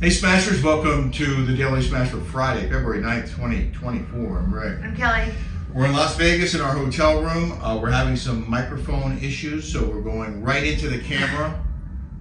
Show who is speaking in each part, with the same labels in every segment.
Speaker 1: Hey Smashers, welcome to the Daily Smash for Friday, February 9th, 2024. I'm Ray.
Speaker 2: I'm Kelly.
Speaker 1: We're in Las Vegas in our hotel room. Uh, we're having some microphone issues, so we're going right into the camera.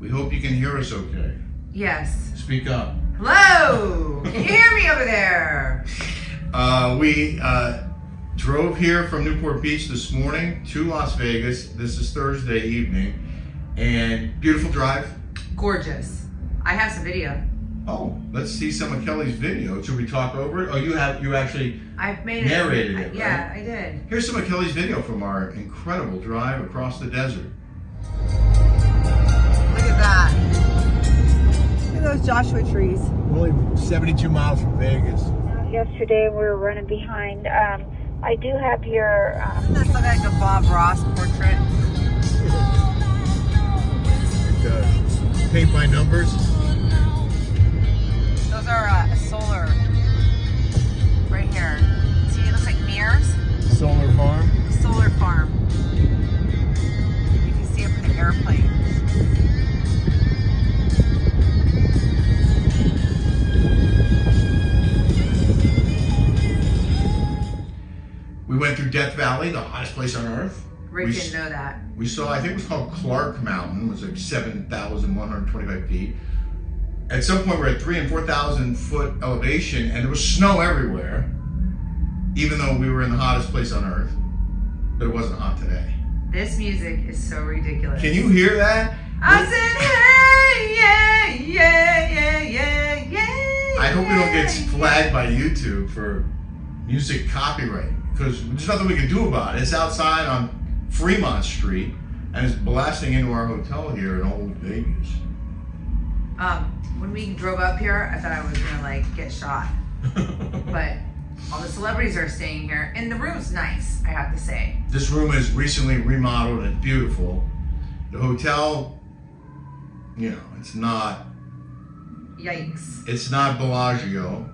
Speaker 1: We hope you can hear us okay.
Speaker 2: Yes.
Speaker 1: Speak up.
Speaker 2: Hello. Can you hear me over there?
Speaker 1: Uh, we uh, drove here from Newport Beach this morning to Las Vegas. This is Thursday evening, and beautiful drive.
Speaker 2: Gorgeous. I have some video.
Speaker 1: Oh, let's see some of Kelly's video. Should we talk over it? Oh, you have you actually.
Speaker 2: I've made it.
Speaker 1: Narrated it,
Speaker 2: I- Yeah, I did.
Speaker 1: Here's some of Kelly's video from our incredible drive across the desert.
Speaker 2: Look at that.
Speaker 3: Look at those Joshua trees.
Speaker 4: only 72 miles from Vegas.
Speaker 5: yesterday we were running behind. Um, I do have your um,
Speaker 3: Doesn't this look like a Bob Ross portrait?
Speaker 4: It, uh, paint by numbers.
Speaker 3: Those are uh, solar. Right here. See, it looks like mirrors.
Speaker 4: Solar farm.
Speaker 3: Solar farm. You can see it from the airplane.
Speaker 1: We went through Death Valley, the hottest place on earth.
Speaker 2: Rick
Speaker 1: We s-
Speaker 2: didn't know that.
Speaker 1: We saw, I think it was called Clark Mountain, it was like 7,125 feet. At some point, we're at three and 4,000 foot elevation, and there was snow everywhere, even though we were in the hottest place on earth. But it wasn't hot today.
Speaker 2: This music is so ridiculous.
Speaker 1: Can you hear that?
Speaker 2: I said, hey, yeah, yeah, yeah, yeah, yeah.
Speaker 1: I hope we don't get
Speaker 2: yeah.
Speaker 1: flagged by YouTube for music copyright because there's nothing we can do about it. It's outside on Fremont Street and it's blasting into our hotel here in Old Vegas.
Speaker 2: Um, when we drove up here, I thought I was gonna like get shot, but all the celebrities are staying here, and the room's nice. I have to say.
Speaker 1: this room is recently remodeled and beautiful. The hotel, you know, it's not
Speaker 2: Yikes.
Speaker 1: it's not Bellagio.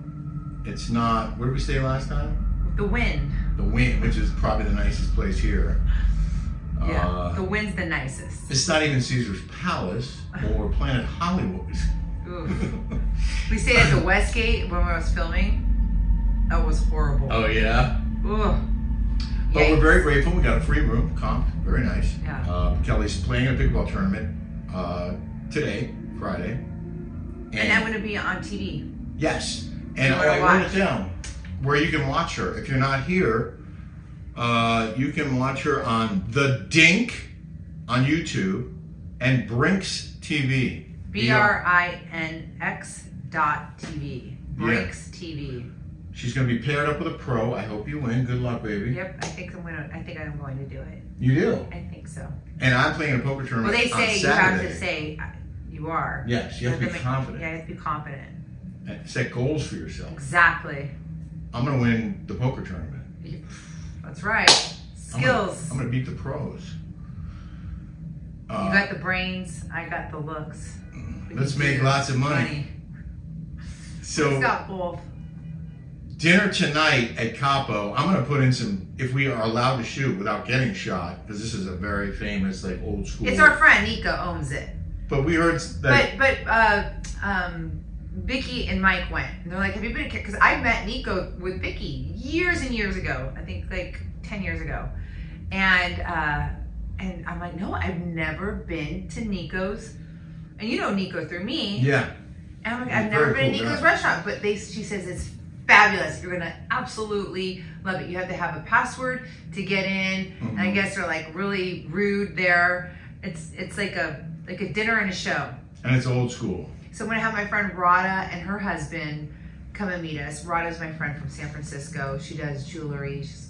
Speaker 1: It's not where did we stay last time?
Speaker 2: The wind.
Speaker 1: The Wynn, which is probably the nicest place here.
Speaker 2: Yeah.
Speaker 1: Uh,
Speaker 2: the wind's the nicest.
Speaker 1: It's not even Caesar's Palace or Planet Hollywood.
Speaker 2: Oof. we stayed at the Westgate when I was filming. That was horrible.
Speaker 1: oh yeah.
Speaker 2: Ugh.
Speaker 1: But we're
Speaker 2: Yikes.
Speaker 1: very grateful. We got a free room, comp, very nice.
Speaker 2: Yeah.
Speaker 1: Uh, Kelly's playing a pickleball tournament uh, today, Friday. And,
Speaker 2: And I'm gonna be on TV.
Speaker 1: yes, and
Speaker 2: You
Speaker 1: oh,
Speaker 2: wanna
Speaker 1: I wrote
Speaker 2: watch?
Speaker 1: it down where you can watch her. If you're not here, uh, you can watch her on the Dink on YouTube and Brinks TV.
Speaker 2: B R I N X dot TV. Breaks TV.
Speaker 1: She's going to be paired up with a pro. I hope you win. Good luck, baby.
Speaker 2: Yep, I think I'm gonna. I think I'm going to do it.
Speaker 1: You do.
Speaker 2: I think so.
Speaker 1: And I'm playing a poker
Speaker 2: Well,
Speaker 1: tournament.
Speaker 2: they
Speaker 1: on
Speaker 2: say you have
Speaker 1: Saturday.
Speaker 2: to say uh, you are.
Speaker 1: Yes, you have to be confident
Speaker 2: Yeah, you have to be confident.
Speaker 1: and set goals for yourself.
Speaker 2: Exactly.
Speaker 1: I'm gonna win the poker tournament.
Speaker 2: That's right.
Speaker 1: I'm gonna-
Speaker 2: Skills.
Speaker 1: I'm gonna beat the pros.
Speaker 2: You
Speaker 1: Uh,
Speaker 2: got the brains, I got the looks. We
Speaker 1: let's
Speaker 2: can
Speaker 1: make
Speaker 2: do
Speaker 1: lots of money.
Speaker 2: Money. He's
Speaker 1: so
Speaker 2: got both.
Speaker 1: dinner tonight at Capo. I'm gonna put in some if we are allowed to shoot without getting shot because this is a very famous like old school.
Speaker 2: It's our friend Nika owns it.
Speaker 1: but we heard that
Speaker 2: But but uh, um, Vicky and Mike went. And they're like, "Have you been?" Because I met Nico with Vicky years and years ago. I think like ten years ago, and uh, and I'm like, "No, I've never been to Nico's." And you know Nico through me.
Speaker 1: yeah.
Speaker 2: And I'm like,
Speaker 1: He's
Speaker 2: I've never
Speaker 1: very
Speaker 2: been to
Speaker 1: cool
Speaker 2: Nico's
Speaker 1: guy.
Speaker 2: restaurant, but they she says it's fabulous. You're gonna absolutely love it. You have to have a password to get in. And I
Speaker 1: Mhm.
Speaker 2: guess they're like really rude there. It's it's like a like a dinner and a show.
Speaker 1: And it's old school.
Speaker 2: So I'm gonna have my friend Rada and her husband come and meet us. Rada's my friend from San Francisco. She does jewelry. She's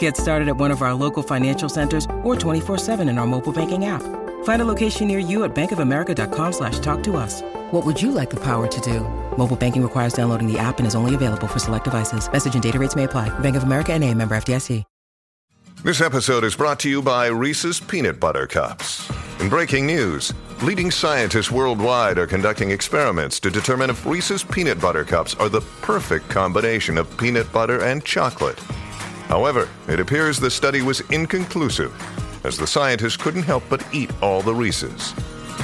Speaker 6: Get started at one of our local financial centers or 24-7 in our mobile banking app. Find a location near you at bankofamerica.com slash talk to us. What would you like the power to do? Mobile banking requires downloading the app and is only available for select devices. Message and data rates may apply. Bank of America and a member FDIC.
Speaker 7: This episode is brought to you by Reese's Peanut Butter Cups. In breaking news, leading scientists worldwide are conducting experiments to determine if Reese's Peanut Butter Cups are the perfect combination of peanut butter and chocolate. However, it appears the study was inconclusive, as the scientists couldn't help but eat all the Reese's.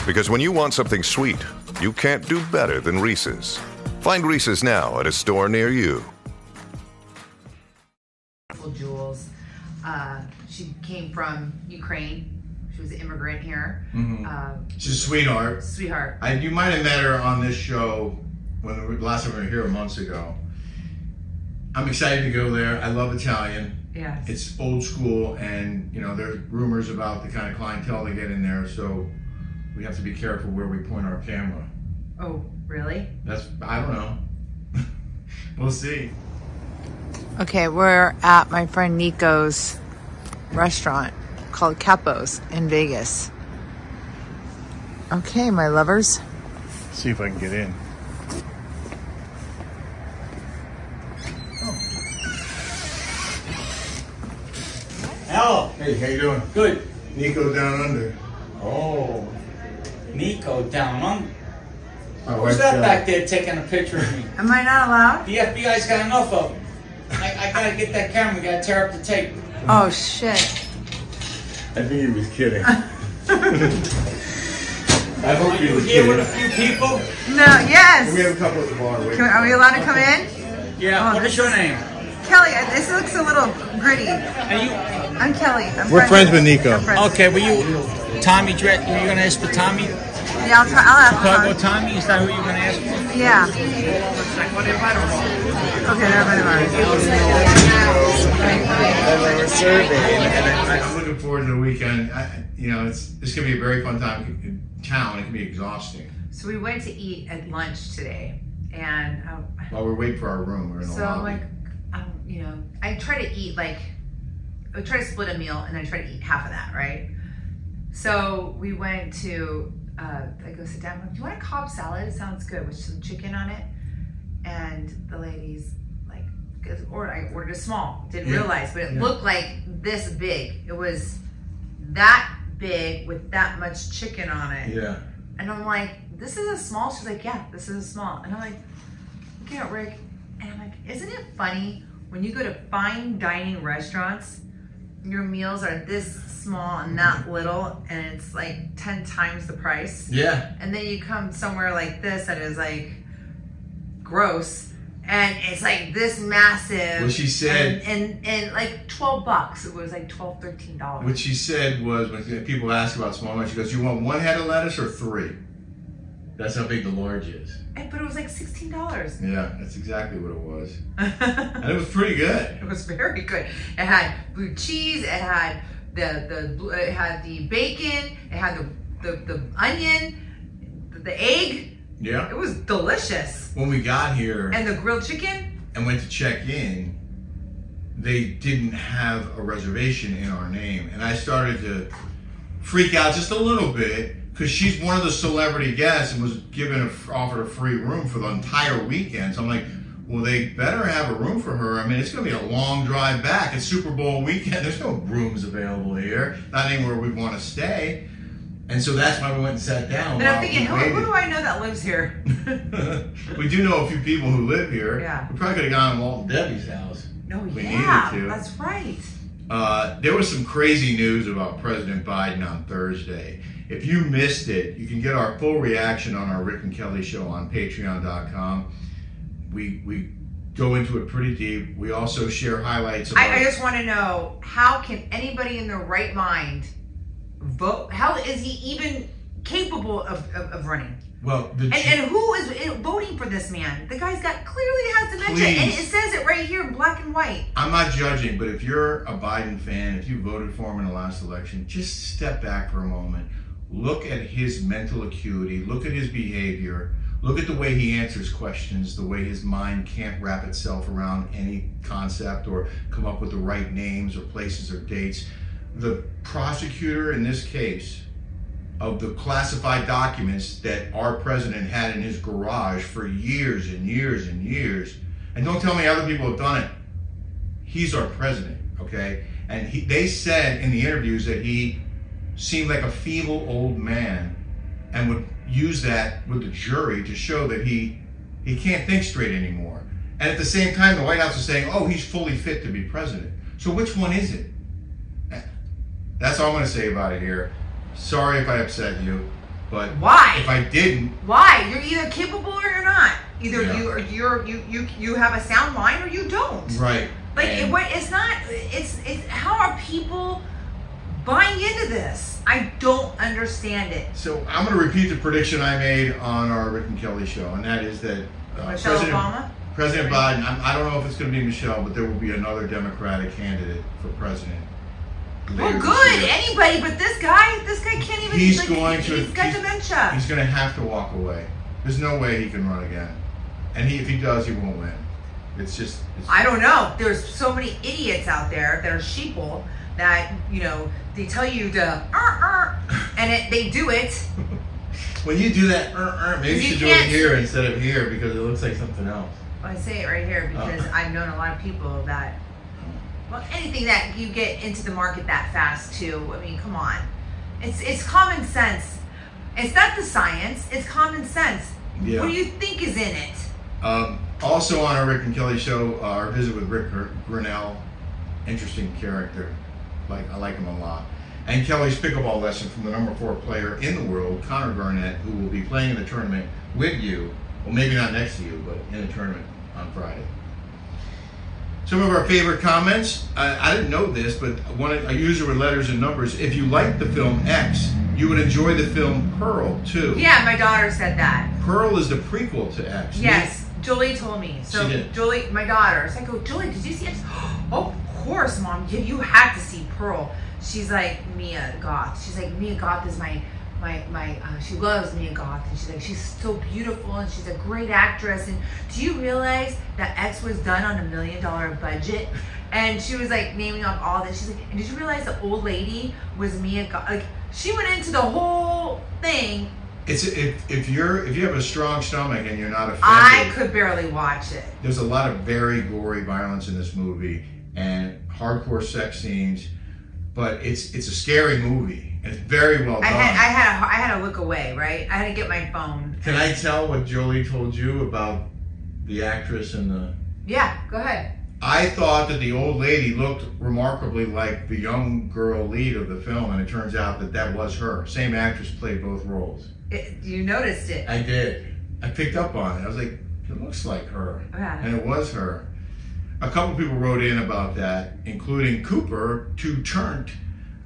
Speaker 7: Because when you want something sweet, you can't do better than Reese's. Find Reese's now at a store near you.
Speaker 2: Well, Jules. Uh, she came from Ukraine. She was an immigrant here. Uh,
Speaker 1: She's a sweetheart.
Speaker 2: sweetheart.
Speaker 1: I, you might have met her on this show when we, last time we were here months ago. I'm excited to go there. I love Italian.
Speaker 2: Yeah.
Speaker 1: It's old school, and you know there's rumors about the kind of clientele they get in there, so we have to be careful where we point our camera.
Speaker 2: Oh, really?
Speaker 1: That's I don't know. we'll see.
Speaker 3: Okay, we're at my friend Nico's restaurant called Capos in Vegas. Okay, my lovers.
Speaker 4: See if I can get in.
Speaker 8: Hello.
Speaker 1: Hey, how you doing?
Speaker 8: Good.
Speaker 1: Nico down under.
Speaker 8: Oh. Nico down on.
Speaker 1: My
Speaker 8: Who's
Speaker 1: wife's
Speaker 8: that
Speaker 1: got-
Speaker 8: back there taking a picture of me?
Speaker 2: Am I not allowed?
Speaker 8: The FBI's got enough of them. I, I gotta get that camera, gotta tear up the tape.
Speaker 2: Oh shit.
Speaker 4: I think he was kidding. I hope he
Speaker 8: You
Speaker 4: was
Speaker 8: here with a
Speaker 4: kidding.
Speaker 8: few people?
Speaker 2: No. Yes.
Speaker 1: We have a couple at the bar. Wait.
Speaker 2: Can, are we allowed to come in?
Speaker 8: Yeah,
Speaker 2: Oh,
Speaker 8: what
Speaker 2: this-
Speaker 8: is your name?
Speaker 2: Kelly, I- this looks a little gritty.
Speaker 8: Are
Speaker 2: I'm Kelly. I'm
Speaker 4: We're friends with Nico.
Speaker 2: I'm friends
Speaker 8: you.
Speaker 2: with-
Speaker 8: Okay, were you Tommy Dre? Were you gonna ask for Tommy?
Speaker 2: Uh-huh. Yeah, I'll, try, I'll
Speaker 8: Chicago
Speaker 2: ask.
Speaker 8: Tommy? Is that who you're gonna ask for?
Speaker 2: Her. Yeah. Okay, never mind.
Speaker 1: I, I'm looking forward to the weekend. I, you know, it's it's gonna be a very fun time in town. It can be exhausting.
Speaker 2: So we went to eat at lunch today, and uh, I,
Speaker 1: While we're waiting for our room, we're in a
Speaker 2: so I'm
Speaker 1: lobby.
Speaker 2: like, um, you know, I try to eat like, I try to split a meal, and I try to eat half of that, right? So we went to, uh, I go sit down. I'm like, Do you want a Cobb salad? It sounds good with some chicken on it. And the lady's like, 'cause- or I ordered a small. Didn't
Speaker 1: Yeah.
Speaker 2: realize, but it
Speaker 1: Yeah.
Speaker 2: looked like this big. It was that big with that much chicken on it.
Speaker 1: yeah.
Speaker 2: And I'm like, this is a small. She's like, yeah, this is a small. And I'm like, looking at Rick, and I'm like, isn't it funny when you go to fine dining restaurants, your meals are this small and that little, and it's like 10 times the price?
Speaker 1: Yeah.
Speaker 2: And then you come somewhere like this that is like gross. And it's like this massive.
Speaker 1: Well, she said-
Speaker 2: And, and, and like 12 bucks. It was like 12, 13 dollars.
Speaker 1: What she said was when people ask about small lunch, she goes, "You want one head of lettuce or three? That's how big the large is.
Speaker 2: And- but it was like $16.
Speaker 1: Yeah, that's exactly what it was, and it was pretty good.
Speaker 2: It was very good. It had blue cheese. It had the the bl- it had the bacon. It had the the, the onion, the, the egg.
Speaker 1: Yeah.
Speaker 2: It was delicious.
Speaker 1: When we got here
Speaker 2: And the grilled chicken.
Speaker 1: and went to check in, they didn't have a reservation in our name, and I started to freak out just a little bit because she's one of the celebrity guests and was given a, offered a free room for the entire weekend. So I'm like, well, they better have a room for her. I mean, it's going to be a long drive back. It's Super Bowl weekend. There's no rooms available here, not anywhere we want to stay. And so that's why we went and sat down.
Speaker 2: And I'm
Speaker 1: while we
Speaker 2: thinking, who,
Speaker 1: waited.
Speaker 2: who do I know that lives here?
Speaker 1: we do know a few people who live here.
Speaker 2: Yeah.
Speaker 1: We probably could have gone to Walt and Debbie's house.
Speaker 2: No,
Speaker 1: We
Speaker 2: Oh, yeah,
Speaker 1: needed to.
Speaker 2: that's right.
Speaker 1: Uh, there was some crazy news about President Biden on Thursday. If you missed it, you can get our full reaction on our Rick and Kelly show on patreon.com. We, we go into it pretty deep. We also share highlights of
Speaker 2: I,
Speaker 1: our-
Speaker 2: I just want to know how can anybody in their right mind vote? How is he even capable of, of, of running?
Speaker 1: well, the
Speaker 2: And, and who is in- voting for this man? The guy's got clearly has dementia, and it
Speaker 1: Please.
Speaker 2: says it right here, in black and white.
Speaker 1: I'm not judging, but if you're a Biden fan, if you voted for him in the last election, just step back for a moment. look at his mental acuity, look at his behavior, look at the way he answers questions, the way his mind can't wrap itself around any concept or come up with the right names or places or dates. The prosecutor in this case of the classified documents that our president had in his garage for years and years and years. And don't tell me other people have done it. He's our president, okay? And he, they said in the interviews that he seemed like a feeble old man and would use that with the jury to show that he he can't think straight anymore. And at the same time, the White House is saying, "Oh, he's fully fit to be president." So which one is it? That's all I'm going to say about it here. Sorry if I upset you, but
Speaker 2: Why?
Speaker 1: If I didn't,
Speaker 2: Why? You're either capable or you're not. Either
Speaker 1: Yeah.
Speaker 2: you or you're you you you have a sound mind or you don't.
Speaker 1: right?
Speaker 2: Like
Speaker 1: And-
Speaker 2: it, what? It's not. It's it's how are people buying into this? I don't understand it.
Speaker 1: So I'm going to repeat the prediction I made on our Rick and Kelly show, and that is that uh,
Speaker 2: Michelle
Speaker 1: President
Speaker 2: Obama?
Speaker 1: President Biden. I'm, I don't know if it's going to be Michelle, but there will be another Democratic candidate for president.
Speaker 2: Well,
Speaker 1: later this
Speaker 2: Oh, good.
Speaker 1: year.
Speaker 2: Anybody, but this guy, this guy can't even.
Speaker 1: He's
Speaker 2: like,
Speaker 1: going
Speaker 2: he-
Speaker 1: to.
Speaker 2: He's got
Speaker 1: he's-
Speaker 2: dementia.
Speaker 1: He's going to have to walk away. There's no way he can run again, and he, if he does, he won't win. It's just. It's,
Speaker 2: I don't know. There's so many idiots out there that are sheeple that you know they tell you to uh, uh, and it, they do it.
Speaker 1: when you do that, uh, uh, maybe
Speaker 2: You
Speaker 1: you should do
Speaker 2: can't-
Speaker 1: it here instead of here because it looks like something else.
Speaker 2: I say it right here because I've known a lot of people that. Well, anything that you get into the market that fast, too. I mean, come on, it's it's common sense. It's not the science. It's common sense.
Speaker 1: Yeah.
Speaker 2: What do you think is in it?
Speaker 1: Um, also on our Rick and Kelly show, uh, our visit with Rick Gr- Grinnell, interesting character. Like I like him a lot. And Kelly's pickleball lesson from the number four player in the world, Connor Garnett, who will be playing in the tournament with you. Well, maybe not next to you, but in the tournament on Friday. Some of our favorite comments. I, I didn't know this, but one a user with letters and numbers. If you liked the film X, you would enjoy the film Pearl too.
Speaker 2: Yeah, my daughter said that.
Speaker 1: Pearl is the prequel to X.
Speaker 2: Yes, Julie told me. So
Speaker 1: She did.
Speaker 2: Julie, my daughter, so I go, Julie, did you see it? Oh, of course, mom. You, you had to see Pearl. She's like Mia Goth. She's like Mia Goth is my my my. Uh, she loves Mia Goth, and she's like she's so beautiful, and she's a great actress. And do you realize that X was done on a million dollar budget? And she was like naming off all this. She's like, and did you realize the old lady was Mia Goth? Like she went into the whole thing.
Speaker 1: It's if, if you're if you have a strong stomach and you're not offended,
Speaker 2: I could barely watch it.
Speaker 1: there's a lot of very gory violence in this movie and hardcore sex scenes, but it's it's a scary movie and it's very well
Speaker 2: I
Speaker 1: done.
Speaker 2: had I had
Speaker 1: Oh.
Speaker 2: a, I had to look away, right? I had to get my phone.
Speaker 1: Can I tell what Jolie told you about the actress and the?
Speaker 2: Yeah, go ahead.
Speaker 1: I thought that the old lady looked remarkably like the young girl lead of the film, and it turns out that that was her. Same actress played both roles.
Speaker 2: It, you noticed it.
Speaker 1: I did. I picked up on it. I was like, it looks like her.
Speaker 2: Yeah.
Speaker 1: And it was her. A couple people wrote in about that, including Cooper, to Turnt.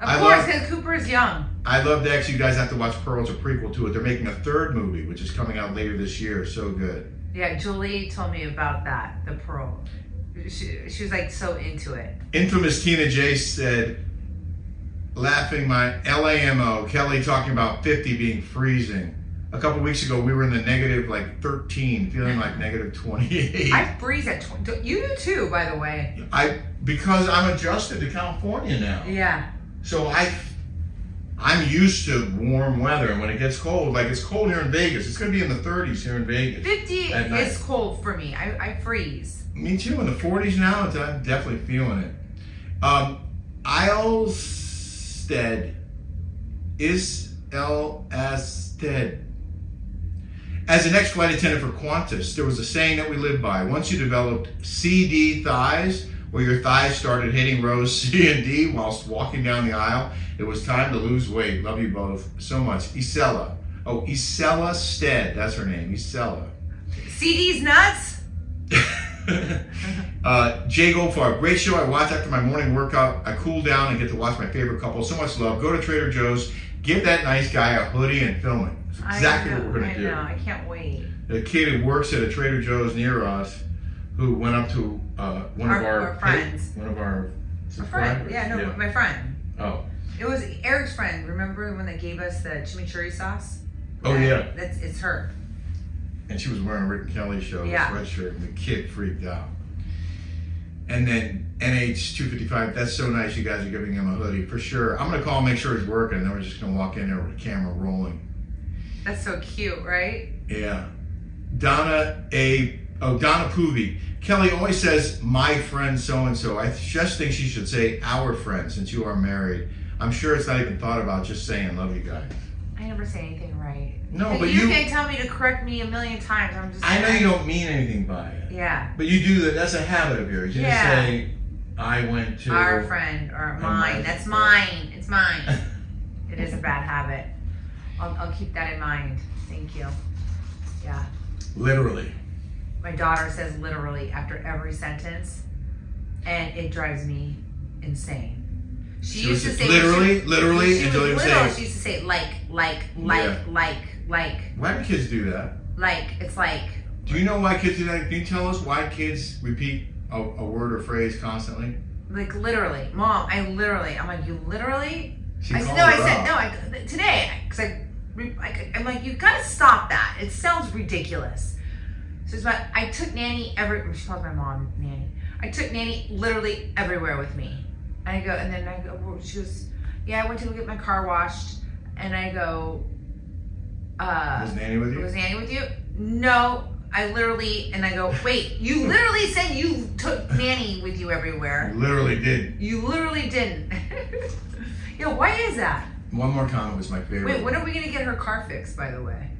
Speaker 2: Of
Speaker 1: I
Speaker 2: course,
Speaker 1: love-
Speaker 2: because Cooper's young.
Speaker 1: I love that you guys have to watch Pearl. It's a prequel to it. They're making a third movie, which is coming out later this year. So good.
Speaker 2: Yeah, Julie told me about that. The pearl. She, she was like so into it.
Speaker 1: Infamous Tina J said, laughing my LAMO, Kelly talking about 50 being freezing. A couple weeks ago, we were in the negative like 13, feeling like negative 28.
Speaker 2: I freeze at tw- you do too, by the way.
Speaker 1: I because I'm adjusted to California now.
Speaker 2: Yeah,
Speaker 1: So I I'm used to warm weather and when it gets cold, like it's cold here in Vegas. It's gonna be in the thirties here in Vegas.
Speaker 2: fifty
Speaker 1: At night.
Speaker 2: is cold for me. I, I freeze.
Speaker 1: Me too, in the forties now, it's, I'm definitely feeling it. Um Ilstead is L S Stead. As an ex flight attendant for Qantas, there was a saying that we lived by. Once you developed CD thighs, where your thighs started hitting rows C and D whilst walking down the aisle, it was time to lose weight. Love you both so much. Isela. Oh, Isela Stead. That's her name. Isela.
Speaker 2: CD's nuts.
Speaker 1: Uh, Jay Goldfarb, great show. I watch after my morning workout. I cool down and get to watch my favorite couple. So much love. Go to Trader Joe's, give that nice guy a hoodie and film it. It's exactly
Speaker 2: I know,
Speaker 1: what we're going
Speaker 2: I
Speaker 1: to do.
Speaker 2: know. I can't wait.
Speaker 1: The kid who works at a Trader Joe's near us, who went up to uh, one
Speaker 2: Our-
Speaker 1: of our,
Speaker 2: our friends.
Speaker 1: one of our, is it
Speaker 2: Friend.
Speaker 1: friends?
Speaker 2: Yeah, no, my friend.
Speaker 1: Oh,
Speaker 2: It was Eric's friend. Remember when they gave us the chimichurri sauce?
Speaker 1: Oh,
Speaker 2: That-
Speaker 1: yeah.
Speaker 2: That's it's her.
Speaker 1: and she was wearing Rick Kelly show
Speaker 2: Yeah.
Speaker 1: sweatshirt, and the kid freaked out. And then NH two fifty five. That's so nice. You guys are giving him a hoodie for sure. I'm gonna call and make sure he's working. And then we're just gonna walk in there with the camera rolling.
Speaker 2: That's so cute, right?
Speaker 1: Yeah. Donna A. Oh, Donna Poovy. Kelly always says, my friend so and so. I just think she should say, our friend, since you are married. I'm sure it's not even thought about just saying, love you guys.
Speaker 2: I never say anything right.
Speaker 1: No, but
Speaker 2: you,
Speaker 1: you-
Speaker 2: can tell me to correct me a million times. I'm just.
Speaker 1: I know you don't mean anything by it,
Speaker 2: Yeah.
Speaker 1: but you do that. That's a habit of yours. You just
Speaker 2: Yeah.
Speaker 1: say, I went to.
Speaker 2: Our friend or
Speaker 1: And
Speaker 2: mine.
Speaker 1: mine.
Speaker 2: That's mine. It's mine. it is a bad habit. I'll, I'll keep that in mind. Thank you. Yeah.
Speaker 1: Literally.
Speaker 2: My daughter says literally after every sentence, and it drives me insane. She,
Speaker 1: She
Speaker 2: used to
Speaker 1: was
Speaker 2: say
Speaker 1: literally,
Speaker 2: she-
Speaker 1: literally,
Speaker 2: she
Speaker 1: until
Speaker 2: was
Speaker 1: you
Speaker 2: little.
Speaker 1: say-
Speaker 2: She used to say like, like, like,
Speaker 1: Yeah.
Speaker 2: like, like,
Speaker 1: Why do kids do that?
Speaker 2: like. It's like
Speaker 1: Do you know why kids do that? Can you tell us why kids repeat a, a word or phrase constantly?
Speaker 2: like literally, mom. I literally. I'm like you literally.
Speaker 1: She
Speaker 2: I said
Speaker 1: called
Speaker 2: no. I
Speaker 1: her
Speaker 2: said
Speaker 1: out.
Speaker 2: no. I, today because I, re- I, I'm like you gotta stop that. It sounds ridiculous. So it's about I took nanny every. She calls my mom nanny. I took nanny literally everywhere with me. And I go and then I go. well, She goes, yeah. I went to go get my car washed, and I go. Uh,
Speaker 1: Was Nanny with you?
Speaker 2: was Nanny with you? No, I literally and I go. Wait, you literally said you took Nanny with you everywhere.
Speaker 1: Literally did.
Speaker 2: You literally didn't. Yo, why is that?
Speaker 1: One More Comment was my favorite.
Speaker 2: Wait, when are we gonna get her car fixed? By the way,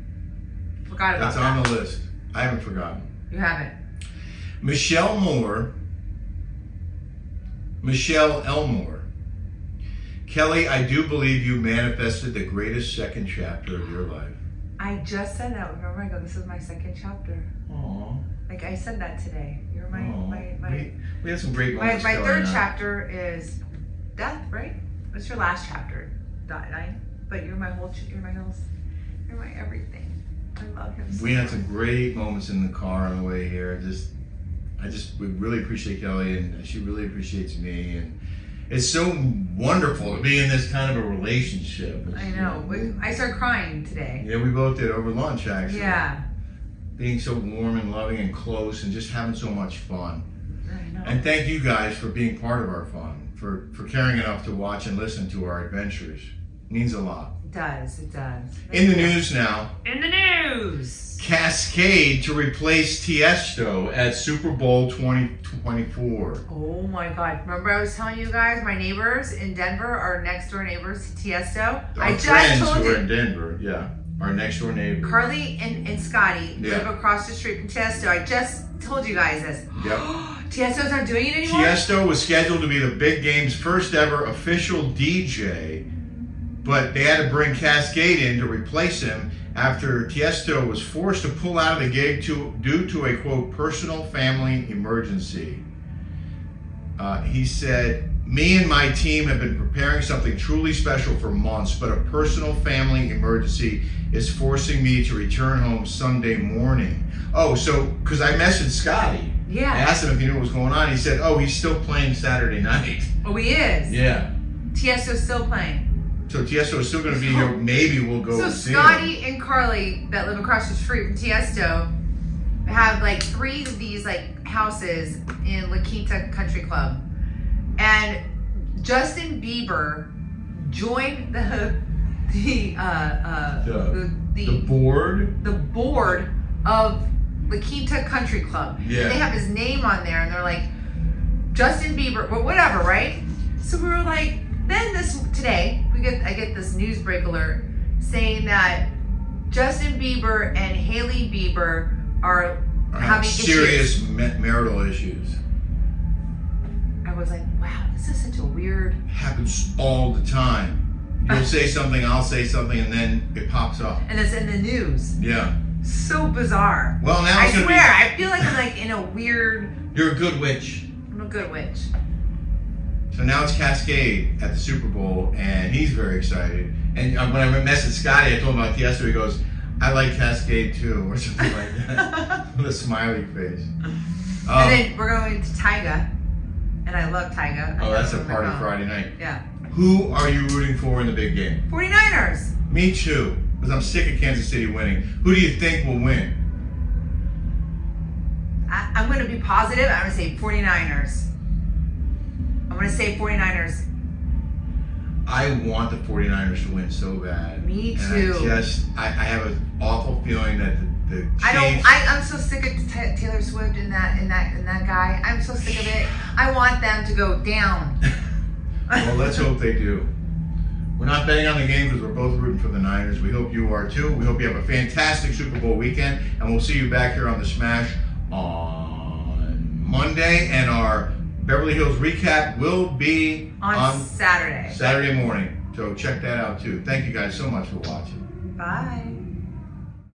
Speaker 2: forgot about
Speaker 1: That's
Speaker 2: that.
Speaker 1: on the list. I haven't forgotten.
Speaker 2: You haven't.
Speaker 1: Michelle Moore. Michelle Elmore. Kelly, I do believe you manifested the greatest second chapter of your life.
Speaker 2: I just said that. Remember, I go. This is my second chapter.
Speaker 1: Aww.
Speaker 2: Like I said that today. You're my my my,
Speaker 1: Oh, we, we had some great
Speaker 2: my,
Speaker 1: moments.
Speaker 2: my
Speaker 1: Kelly
Speaker 2: third
Speaker 1: and I.
Speaker 2: chapter is death. Right? What's your last chapter? Dot nine. But you're my whole. ch- You're my whole. You're my everything. I love him. so
Speaker 1: We had
Speaker 2: much.
Speaker 1: some great moments in the car on the way here. Just, I just would really appreciate Kelly, and she really appreciates me. And it's so wonderful to be in this kind of a relationship. It's,
Speaker 2: I know. We- I started crying today.
Speaker 1: Yeah, we both did over lunch actually.
Speaker 2: Yeah.
Speaker 1: Being so warm and loving and close and just having so much fun.
Speaker 2: I know.
Speaker 1: And thank you guys for being part of our fun, for for caring enough to watch and listen to our adventures. Means a lot.
Speaker 2: It does. It does.
Speaker 1: In the news now,
Speaker 2: In the news.
Speaker 1: Cascade to replace Tiesto at Super Bowl 2024.
Speaker 2: Oh my God! Remember, I was telling you guys, my neighbors in Denver are next door neighbors to Tiesto.
Speaker 1: Our
Speaker 2: I
Speaker 1: friends
Speaker 2: just told
Speaker 1: who are
Speaker 2: you,
Speaker 1: in Denver, yeah, our next door neighbor.
Speaker 2: Carly and, and Scotty
Speaker 1: Yeah.
Speaker 2: live across the street from Tiesto. I just told you guys this.
Speaker 1: Yep.
Speaker 2: Tiesto's not doing it anymore.
Speaker 1: Tiesto was scheduled to be the big game's first ever official DJ, but they had to bring Cascade in to replace him after Tiesto was forced to pull out of the gig to, due to a quote personal family emergency. Uh, he said, "Me and my team have been preparing something truly special for months, but a personal family emergency is forcing me to return home Sunday morning." Oh, so because I messaged Scotty.
Speaker 2: Yeah.
Speaker 1: I asked him if he knew what was going on. He said, "Oh, he's still playing Saturday night."
Speaker 2: Oh, he is.
Speaker 1: Yeah.
Speaker 2: Tiesto's still playing.
Speaker 1: So Tiesto is still going to be here. Maybe we'll go
Speaker 2: so
Speaker 1: see him.
Speaker 2: Scotty and Carly that live across the street from Tiesto have like three of these like houses in La Quinta Country Club, and Justin Bieber joined the the uh, uh,
Speaker 1: The-
Speaker 2: the,
Speaker 1: The board.
Speaker 2: the board of La Quinta Country Club.
Speaker 1: Yeah.
Speaker 2: And they have his name on there, and they're like, Justin Bieber, well, whatever, right? So we were like, then this today, we get I get this news break alert saying that Justin Bieber and Haley Bieber are
Speaker 1: are
Speaker 2: having
Speaker 1: having serious
Speaker 2: Issues.
Speaker 1: ma- marital issues.
Speaker 2: I was like, wow, this is such a weird.
Speaker 1: Happens all the time. You'll say something, I'll say something, and then it pops up.
Speaker 2: And it's in the news.
Speaker 1: Yeah.
Speaker 2: So bizarre.
Speaker 1: Well, now
Speaker 2: I
Speaker 1: it's gonna
Speaker 2: swear,
Speaker 1: be-
Speaker 2: I feel like I'm like in a weird.
Speaker 1: You're a good witch.
Speaker 2: I'm a good witch.
Speaker 1: So now it's Cascade at the Super Bowl, and he's very excited. And uh, when I messaged Scotty, I told him about Tiesto. He goes, "I like Cascade too," or something like that, with a smiley face. Um,
Speaker 2: and then we're going to Tyga, and I love Tyga. I
Speaker 1: oh, that's a
Speaker 2: love my
Speaker 1: party
Speaker 2: mom.
Speaker 1: Friday night.
Speaker 2: Yeah.
Speaker 1: Who are you rooting for in the big game?
Speaker 2: 49ers.
Speaker 1: Me too, because I'm sick of Kansas City winning. Who do you think will win?
Speaker 2: I, I'm going to be positive. I'm going to say 49ers. I'm going to say 49ers.
Speaker 1: I want the 49ers to win so bad.
Speaker 2: Me
Speaker 1: And
Speaker 2: too.
Speaker 1: I just, I, I have an awful feeling that the, the Chiefs.
Speaker 2: I don't. I, I'm so sick of Ta Taylor Swift and that and that and that guy. I'm so sick of it. I want them to go down.
Speaker 1: well, let's hope they do. We're not betting on the game because we're both rooting for the Niners. We hope you are too. We hope you have a fantastic Super Bowl weekend, and we'll see you back here on the Smash on Monday. And our Beverly Hills recap will be
Speaker 2: on Saturday.
Speaker 1: Saturday morning. So check that out too. Thank you guys so much for watching.
Speaker 2: Bye.